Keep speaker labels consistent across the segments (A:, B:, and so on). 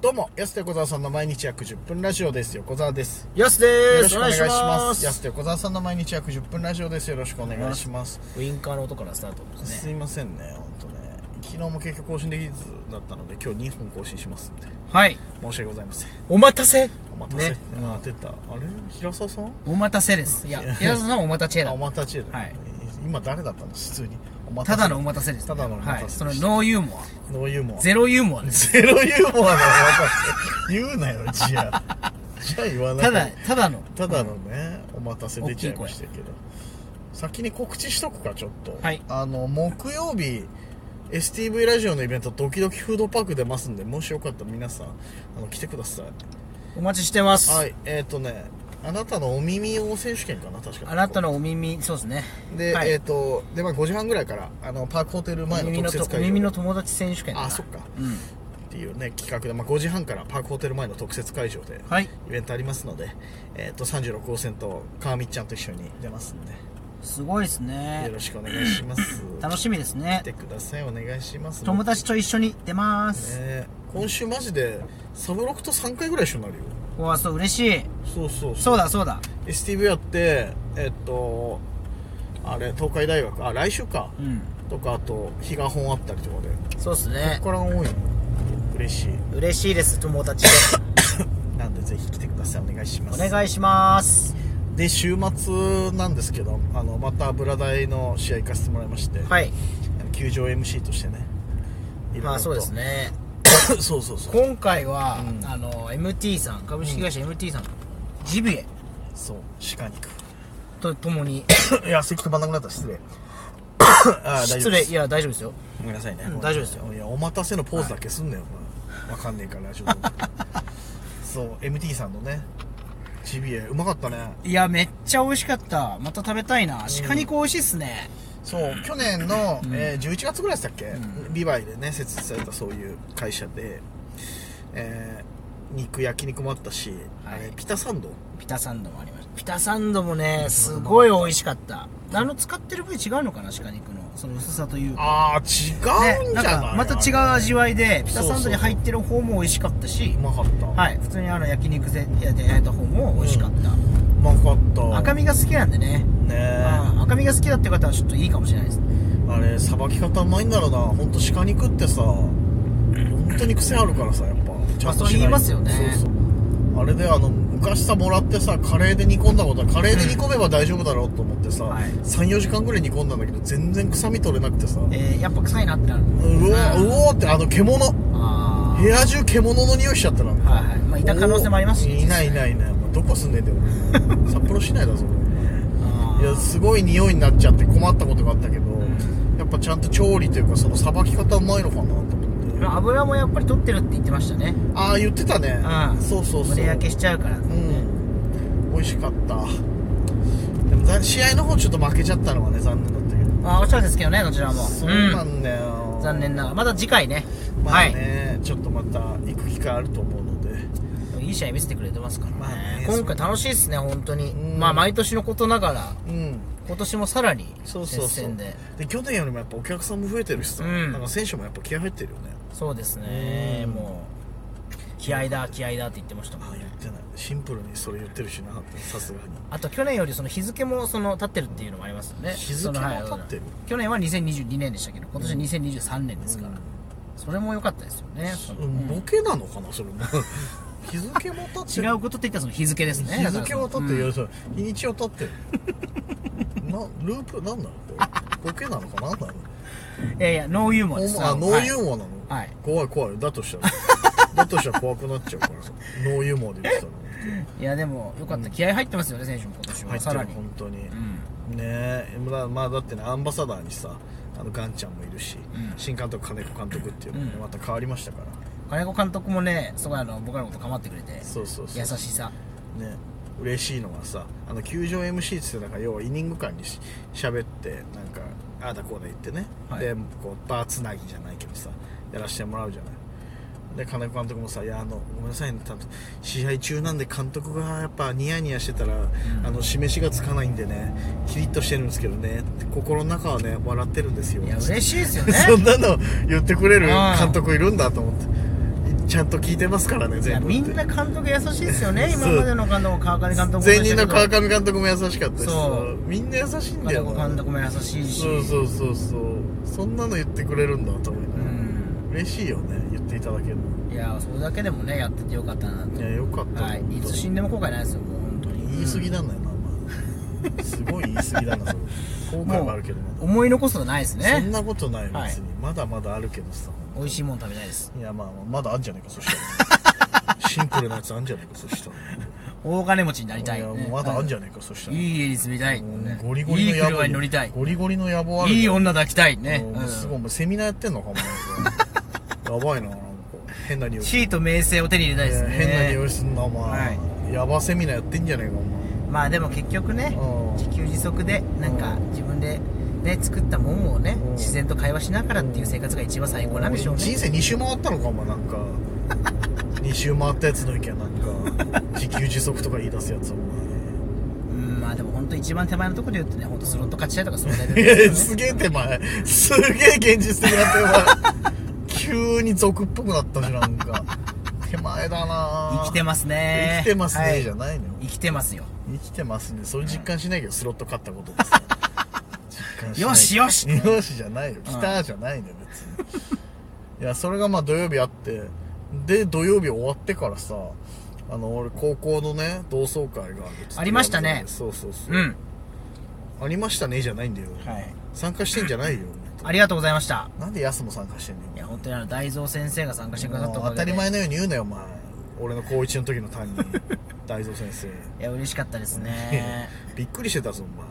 A: どうも、安手小沢さんの毎日約10分ラジオです。横澤です。
B: やすで
A: よ
B: ー
A: ろし
B: す
A: く
B: お
A: お願
B: 願
A: い
B: い
A: し
B: し
A: ま。
B: ます
A: 安手小沢さんの毎日約10分ラジオです。よろしくお願いします。
B: ウインカーの音からスタートです
A: す
B: ね
A: いませんね、本当ね。昨日も結局更新できずだったので、今日2本更新しますんで。
B: はい
A: 申し訳ございません。
B: お待たせ
A: お待たせ。
B: ね
A: あ、出た。あれ平沢さん
B: お待たせです いや平田さんはお待たせ
A: あ、
B: だ
A: お待たせだ。
B: はい
A: 今誰だったの普通に。お待
B: た
A: せ
B: だのお待たせです
A: ただのお待たせ
B: はいそのノーユーモア
A: ノーユーモア。
B: ゼロユーモアで す
A: ゼロユーモアのお待たせ。言うなよ、じゃあ。じゃあ言わない
B: ただただの
A: ただのね、お待たせ出ちゃいましたけど先に告知しとくかちょっと、
B: はい
A: あの木曜日 STV ラジオのイベントドキドキフードパーク出ますんでもしよかったら皆さんあの来てください
B: お待ちしてます
A: はいえっ、ー、とねあなたのお耳を選手権かな確か
B: あなたのお耳そうですね
A: で、
B: はい
A: えっ、とで、まあ、5時半ぐらいからあのパークホテル
B: お
A: 前の
B: 耳の
A: 特設
B: とお
A: 会場
B: 耳の友達選手権
A: あそっか
B: うん
A: っていうね企画で、まあ、5時半からパークホテル前の特設会場で
B: はい
A: イベントありますので、えっと36号線と川道ちゃんと一緒に出ますんです
B: ごいです
A: よ
B: ね
A: ろしくお願いします。
B: 楽
A: し
B: しみですね
A: 来てください。お願いします。
B: 友達と一緒に出ます
A: ね今週マジで、サブロクと3回ぐらい一緒になるよ。
B: おわそう嬉しい
A: そうそう
B: そうだそうだ
A: STV やって、えっと、あれ、東海大学、あ、来週か。
B: うん
A: とか、あと、比嘉本あったりとかで。
B: そうですね
A: ここから多いの。嬉しい。
B: 嬉しいです友達
A: なんで、ぜひ来てください。お願いしま
B: お
A: す。
B: 願いします
A: で、週末なんですけど、あの、また油台の試合行かせてもらいまして、
B: はい
A: 球場 MC としてね。いろいろと
B: まあそうです。ね
A: そうそうそう。
B: 今回は、
A: うん
B: あの MT さん株式会社 MT さん、ジビエ
A: そう、鹿肉。
B: とともに
A: いや、席止まんなくなった、失礼。あー
B: 失礼いや大丈夫ですよ
A: ごめんなさいね
B: うん大丈夫ですよ
A: いや、お待たせのポーズだけすんなよ、お前わかんねえから、ラジオで そう、MT さんのね、ジビエ、うまかったね。
B: いやめっちゃ美味しかったまた食べたいな鹿肉美味しいっすね、
A: そう、去年の、えー11月ぐらいでしたっけ、
B: ん
A: ビバイでね、設立されたそういう会社で、えー肉、焼肉もあったし、
B: はい
A: あれピタサンド
B: ピタサンドもありましたピタサンドもねすごい美味しかったあの使ってる部位違うのかな鹿肉のその薄さというか
A: あー、違うんじ
B: ね、な
A: ゃ
B: ん
A: ない、
B: かまた違う味わいでピタサンドに
A: そうそうそう
B: 入ってる方も美味しかったし
A: うまかった。
B: はい普通にあの焼肉で焼いた方も美味しかった、
A: うまかった。
B: 赤身が好きなんでね、
A: ねえ
B: あー赤身が好きだって方はちょっといいかもしれないです
A: あれさばき方うまいんだろうな本当鹿肉ってさ本当に癖あるからさやっぱち
B: そう言いますよね
A: そうそうあれであの昔さもらってさカレーで煮込んだことはカレーで煮込めば大丈夫だろうと思ってさ、
B: はい
A: 34時間ぐらい煮込んだんだけど全然臭み取れなくてさう
B: えー、やっぱ臭いなってなる
A: おーうおーってあの獣
B: あ
A: 部屋中獣の匂いしちゃったな
B: あはいはい、まあ、いた可能性もありますし
A: おーいないいないいないどこ住んでんだよ 俺札幌市内だぞ
B: あ
A: い
B: ー
A: やすごい匂いになっちゃって困ったことがあったけど、やっぱちゃんと調理というかそのさばき方うまいのかなと思って
B: まあ油もやっぱり取ってるって言ってましたね
A: ああ言ってたね
B: うん
A: そうそうそう
B: 胸焼けしちゃうから
A: うん美味しかったでもざ試合の方ちょっと負けちゃったのはね残念だったけど
B: まあおっしゃるですけどねどちらも
A: そうな
B: うん
A: だよ、
B: ん残念ながらまた次回ね,、
A: まあね、ちょっとまた行く機会あると思うので
B: はいいい試合見せてくれてますからね,、
A: まあね
B: 今回楽しいですね本当に
A: うん
B: まあ毎年のことながら
A: うん
B: 今年もさらに
A: そう
B: 接
A: そうそう
B: 戦で
A: で去年よりもやっぱお客さんも増えてるしさ、
B: うん
A: なんか選手もやっぱ気合入ってるよね
B: そうですね
A: うん
B: もう気合だ気合だって言ってましたも
A: あ
B: ん
A: あ
B: ね
A: 言ってないシンプルにそれ言ってるしなさすがに
B: あと去年よりその日付もその立ってるっていうのもありますよね
A: 日付も
B: そのはい
A: 立ってる
B: 去年は2022年でしたけど今年は2023年ですから、それも良かったですよね、その
A: うんボケなのかなそれも 日付も経って
B: 違
A: る
B: うことって言ったらその日付ですね
A: 日付は
B: だか
A: 経
B: ら
A: っ
B: そ
A: て
B: の
A: る
B: うん
A: よ、そう日にちは経ってるなループなんなのこれボケなのかなんなの
B: いやいやノーユーモアです
A: おあノーユー
B: モ
A: モアなの、
B: はい
A: 怖い怖いだとしたら だとしたら怖くなっちゃうからさノーユーモアで言ってたの
B: アいやでも良かった、気合入ってますよね選手も今年
A: 入
B: は
A: って
B: さ
A: る
B: らに
A: 本当に、
B: うん
A: ねえまあまあだってねアンバサダーにさあのガンちゃんもいるし、
B: うん
A: 新監督金子監督っていうのもね、
B: うん
A: また変わりましたから
B: 金子監督もねすごいあの僕らのこと構ってくれて
A: そうそうそう
B: 優しさ
A: ね嬉しいのがさあの球場 MC っつってなんか要はイニング間にし喋ってなんかああだこうだ言ってね、
B: はい
A: でこうバーつなぎじゃないけどさやらしてもらうじゃないで金子監督もさ「いやあのごめんなさいねた試合中なんで監督がやっぱニヤニヤしてたら、あの示しがつかないんでねキリッとしてるんですけどねって心の中はね笑ってるんですよ」
B: いや嬉しいですよね
A: そんなの言ってくれる
B: うん
A: 監督いるんだと思ってちゃんと聞いてますからね
B: いや
A: 全部
B: みんな監督優しいですよね
A: そう
B: 今までの監督も川上監督も
A: 前任の川
B: 監
A: 上監督も優しかったし
B: そう
A: みんな優しいんだよ
B: 督
A: な
B: 監督も優しいし
A: そうそうそうそうそんなの言ってくれるんだと思いながら
B: ん
A: 嬉しいよね言っていただけるの
B: いやそれだけでもねやっててよかったなと
A: いやよかった、
B: はい
A: 本当
B: いつ死んでも後悔ないですよもう本当に
A: 言い過ぎなんだよな、まあ、すごい言い過ぎだなそれ後悔もあるけどまだ
B: 思い残すことないです
A: そん
B: ね
A: なことない別に、
B: はい
A: まだまだあるけどさ
B: 美味しいもん食べたいです
A: いやまあまだあんじゃねえかそした らシンプルなやつあんじゃねえかそしたら
B: 大金持ちになりたい,、
A: い
B: ね
A: やもうまだあんじゃ
B: ね
A: ねえかそしたら
B: いい家に住みたい、
A: もう
B: ね
A: ゴリゴリの
B: いい
A: 野
B: 車
A: 望
B: に乗りたい
A: ゴリゴリの野望ある
B: いい
A: よ
B: 女抱きたいね、
A: もうすごいもうセミナーやってんのか もやばいななんか変な匂い
B: シート名声を手に入れたいですね
A: 変な匂いすんなお前、
B: は
A: ヤバセミナーやってんじゃねえかお
B: まあでも結局ね
A: うん
B: 自給自足でなんか
A: うん
B: 自分でね作ったもんをね
A: うん
B: 自然と会話しながらっていう生活が一番最高
A: 前
B: なんでしょうね
A: 人生2周回ったのかお前なん か2周回ったやつの意見なんか自給自足とか言い出すや つお前
B: うんまあでも本当一番手前のところで言うとね本当スロット勝ちたいとかそのレベル
A: いや
B: です
A: す
B: よね
A: げえ手前すげえ現実的な手前急に俗っぽくなったしなんか手前だな
B: 生きてますね
A: 生きてますね、
B: はい
A: じゃないのよ
B: 生きてますよ
A: 生きてますねそれ実感しないけど、スロット勝ったこと です実感ない
B: よしよし
A: よしじゃないよ来たじゃないのよ別にいやそれがまあ土曜日あってで土曜日終わってからさあの俺高校のね同窓会がるって
B: ありましたね
A: そうそうそう、
B: うん
A: ありましたねじゃないんだよ、
B: はい
A: 参加してんじゃないよ
B: ありがとうございました
A: なんでヤスも参加してんのよ
B: いや本当にあの大蔵先生が参加してくださったお
A: もう
B: か
A: 当
B: げ
A: た
B: で
A: り前のように言うなよお前俺の高一の時の担任 大蔵先生
B: いや嬉しかったで すね
A: びっくりしてたぞお前
B: うん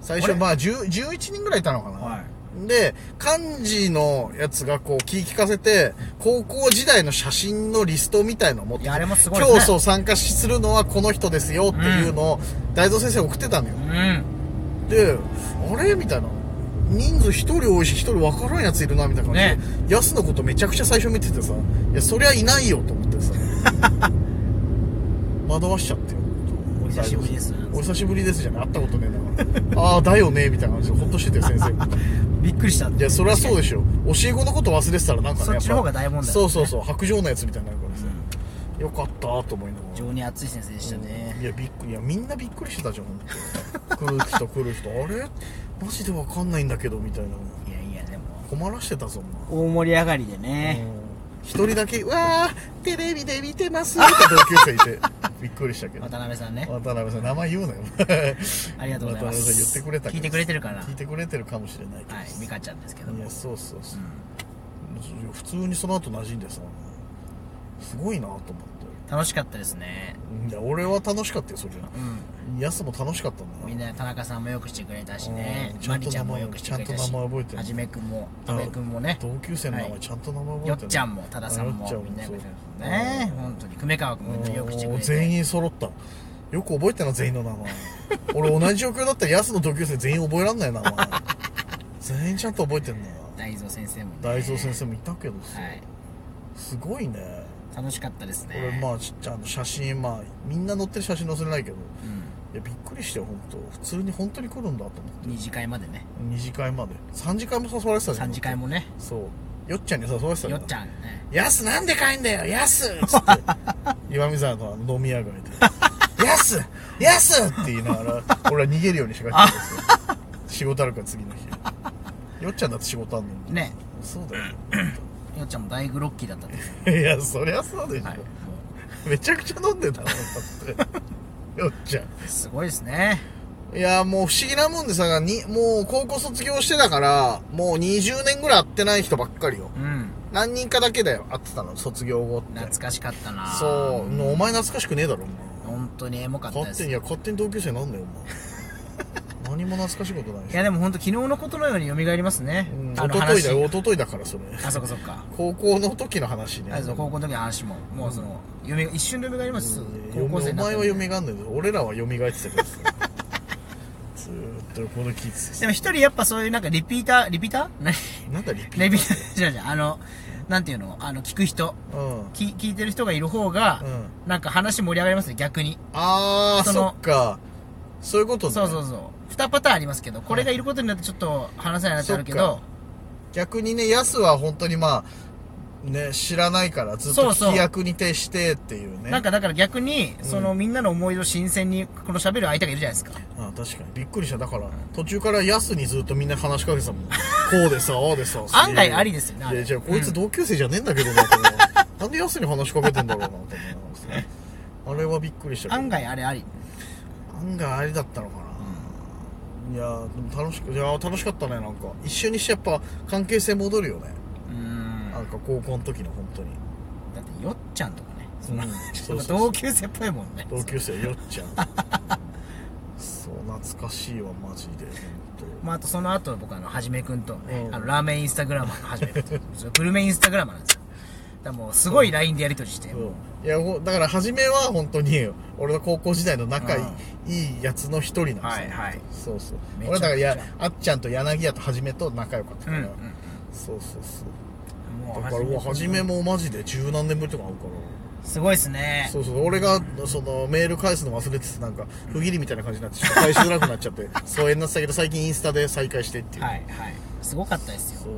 A: 最
B: あ
A: 初
B: れ
A: まあ10 11人ぐらいいたのかな、
B: は
A: で漢字のやつがこう聞き聞かせて高校時代の写真のリストみたいのを持ってきて
B: いやあれもすごいですね
A: 今日そう参加するのはこの人ですよっていうのを大蔵先生送ってたのよ、
B: うん
A: であれみたいな人数一人多いし一人分からんやついるなみたいな感じで、ヤスのことめちゃくちゃ最初見ててさいやそりゃいないよと思っ てさ惑わしちゃってよ
B: お久しぶりです
A: お久しぶりですじゃない会ったことねえんだからああだよねみたいな感じでほっとしてて先生
B: びっくりした
A: いやそりゃそうでしょ教え子のこと忘れてたらなんかね
B: そっちの方が大問題だね
A: そうそうそう白状のやつみたいになるからさ、よかったと思いながら
B: 非常に熱い先生でしたね
A: いやびっくりいやみんなびっくりしてたじゃん本当 に来る人来る人あれマジでわかんないんだけどみたいない
B: やいやでも
A: 困らしてたぞお
B: 大盛り上がりで
A: 前
B: ね、
A: うん一人だけ「うわーテレビで見てます」って同級生いてびっくりしたけど
B: 渡辺さんね
A: 渡辺さん名前言うなよ
B: ありがとうございま
A: 渡辺
B: す
A: さん言ってくれたけど
B: 聞いてくれてるかな
A: 聞いてくれてるかもしれないけど
B: はい美香ちゃんですけど
A: い
B: も
A: やそうそうそう、普通にその後馴染んでさすごいなと思って
B: 楽しかったですね
A: いや俺は楽しかったよそれ
B: うん
A: ヤスも楽しかったんだな
B: みんな田中さんもよくしてくれたしね
A: うん
B: まりちゃんもよくしてくれたし
A: ちゃんと名前覚えてる
B: はじめくんも
A: うん
B: 阿部くんもね
A: 同級生の名
B: は
A: 前
B: い
A: ちゃんと名前覚えてる
B: よっちゃんも多田さん
A: あよ
B: も
A: っちゃんも
B: みんなよくしてくれ
A: そう
B: たね本当に久米川くんもよくしてくれて
A: 全員揃ったよく覚えてな全員の名前俺同じ状況だったらヤスの同級生全員覚えらんないな 名前全員ちゃんと覚えてんな
B: 大蔵先生もね
A: 大蔵先生もいたけどさ、
B: はい
A: すごいね
B: 楽しかったですね
A: 俺まあちっちゃいあの写真まあみんな載ってる写真載せれないけど
B: うん
A: いやびっくりしてよ本当普通に本当に来るんだと思って
B: 二次会までね
A: 二次会まで三次会も誘われてたじゃん
B: 三次会もね
A: そうよっちゃんに誘われてたじゃ
B: よっちゃんね
A: 「やすなんで帰んだよやす!」っつって 岩見沢のあの飲み屋街で「やすやす!」って言いながら俺は逃げるようにして帰ってたんですよ 仕事あるから次の日よっちゃんだって仕事あんのに
B: ね
A: そうだよ
B: よっちゃんも大グロッキーだったんですよ
A: いやそりゃそうでしょ、
B: はいも
A: めちゃくちゃ飲んでたのだってよっちゃん
B: うすごいですね
A: いや、もう不思議なもんでさ、に、もう高校卒業してたから、もう20年ぐらい会ってない人ばっかりよ。
B: うん
A: 何人かだけだよ、会ってたの、卒業後って。
B: 懐かしかったな
A: そう、お前懐かしくねえだろ、お前。
B: 本当にエモかったで
A: 勝手
B: す
A: に、い
B: い
A: や、勝手に同級生なんだよ、お 前。何も懐かしいことないでしょ
B: やでも本当昨日のことのように蘇りますね、
A: うん
B: あ
A: 一昨
B: の
A: 日
B: 話
A: だよ、一昨日だから、それ。
B: あそっかそっか
A: 高校の時の話ね。
B: あそう高校の時の話ももうその夢一瞬で蘇ります、
A: うん
B: 高校生
A: お
B: になっ
A: 前
B: たら
A: は蘇んないけど、俺らは蘇ってたけどさ。ずーっとこの聞いてて
B: でも一人やっぱそういうなんかリピーターリピーター何
A: なんだ、リピーター
B: リピーターじゃじゃあのなんていうのあの聞く人
A: うん。
B: 聞聞いてる人がいる方が、
A: う
B: なんか話盛り上がりますね逆に
A: あー、
B: そ
A: そ
B: の
A: っか。そういうことね。
B: そうそうそう2パターンありますけどこれがいることになってちょっと話せないなってあるけ
A: そっ
B: ど
A: か逆にね、ヤスは本当にまあ、ね知らないからずっ
B: そ
A: と
B: うそう
A: 規約に徹してっていうね
B: なんかだから逆に、
A: ん
B: そのみんなの思い出を新鮮に、この喋る相手がいるじゃないですか。
A: ああ確かにびっくりしただから途中からヤスにずっとみんな話しかけてたもんこうでさああでさ
B: 案外ありですよねあれ
A: ねじゃあこいつ同級生じゃねえんだけどなと思うなんでヤスに話しかけてんだろうなと思いますねあれはびっくりしたけど
B: 案外あれあり。
A: 案外あれだったのかな、いやーでも楽しくいやー楽しかったねなんか一緒にしてやっぱ関係性戻るよね、
B: うん。
A: なんか高校の時の本当に
B: だって、よっちゃんとかね。そんな
A: うん
B: ちょっと同級生っぽいもんね。
A: 同級生よっちゃんそう懐かしいわマジで本
B: まあ、あとその後僕あのはじめくんと、ね
A: うん
B: あのラーメンインスタグラマーのはじめくんとそうグルメインスタグラマーなんですよだからもうすごい LINE でやり取りして、
A: 当いやほだから初めは本当に俺の高校時代の仲いい,、やつの一人なんですよ、
B: はいはい
A: そうそう
B: めち
A: 俺
B: ゃくちゃ
A: だからやあっちゃんと柳家とはじめと仲良かった
B: う
A: か
B: んう
A: ら、
B: ん
A: そうそうそう
B: うんもう
A: だからもうはじめもマジで十何年ぶりとかあるから
B: すごいですね
A: そうそう俺がそのメール返すの忘れててなんか不義理みたいな感じになってちょっと返しづらくなっち ゃって疎遠になってたけど最近インスタで再開してっていう、
B: はいはいすごかったですよ
A: そう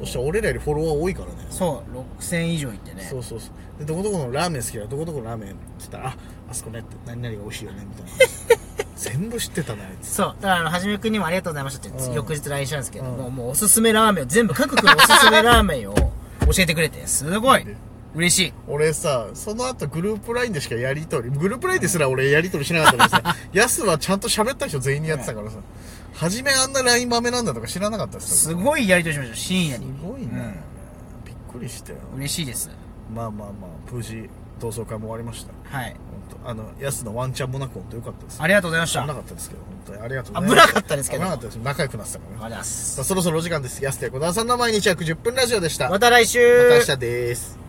A: そして俺らよりフォロワー多いからね
B: そう6000以上いってね
A: そうそうそうでどこどこのラーメン好きだどこどこのラーメンって言ったらああそこねって何々が美味しいよねみたいな 全部知ってたなあいつ
B: そうだからあのはじめくんにもありがとうございましたって、
A: うん
B: 翌日 LINE したんですけど、
A: うん
B: もうもうおすすめラーメンを全部各国のおすすめラーメンを教えてくれてすごい嬉しい
A: 俺さその後グループ LINE でしかやりとりグループ LINE ですら俺やりとりしなかった からさヤスはちゃんと喋った人全員にやってたからさ初めあんな LINE 豆なんだとか知らなかったです
B: すごいやり取りしました深夜
A: す
B: に
A: ごいね、びっくりしたよ
B: うん、嬉しいです
A: まあまあまあ無事同窓会も終わりました
B: はい
A: 本当あのヤスのワンチャンもなく本当よかったです
B: ありがとうございまし
A: 危
B: た
A: なかったですけど本当にありがとう
B: 危なかったですけど
A: 危なかったです仲良くなってたからね
B: ありがとうございます
A: さあそろそろお時間です安田小沢さんの毎日約10分ラジオでしたま
B: また来週
A: た明日です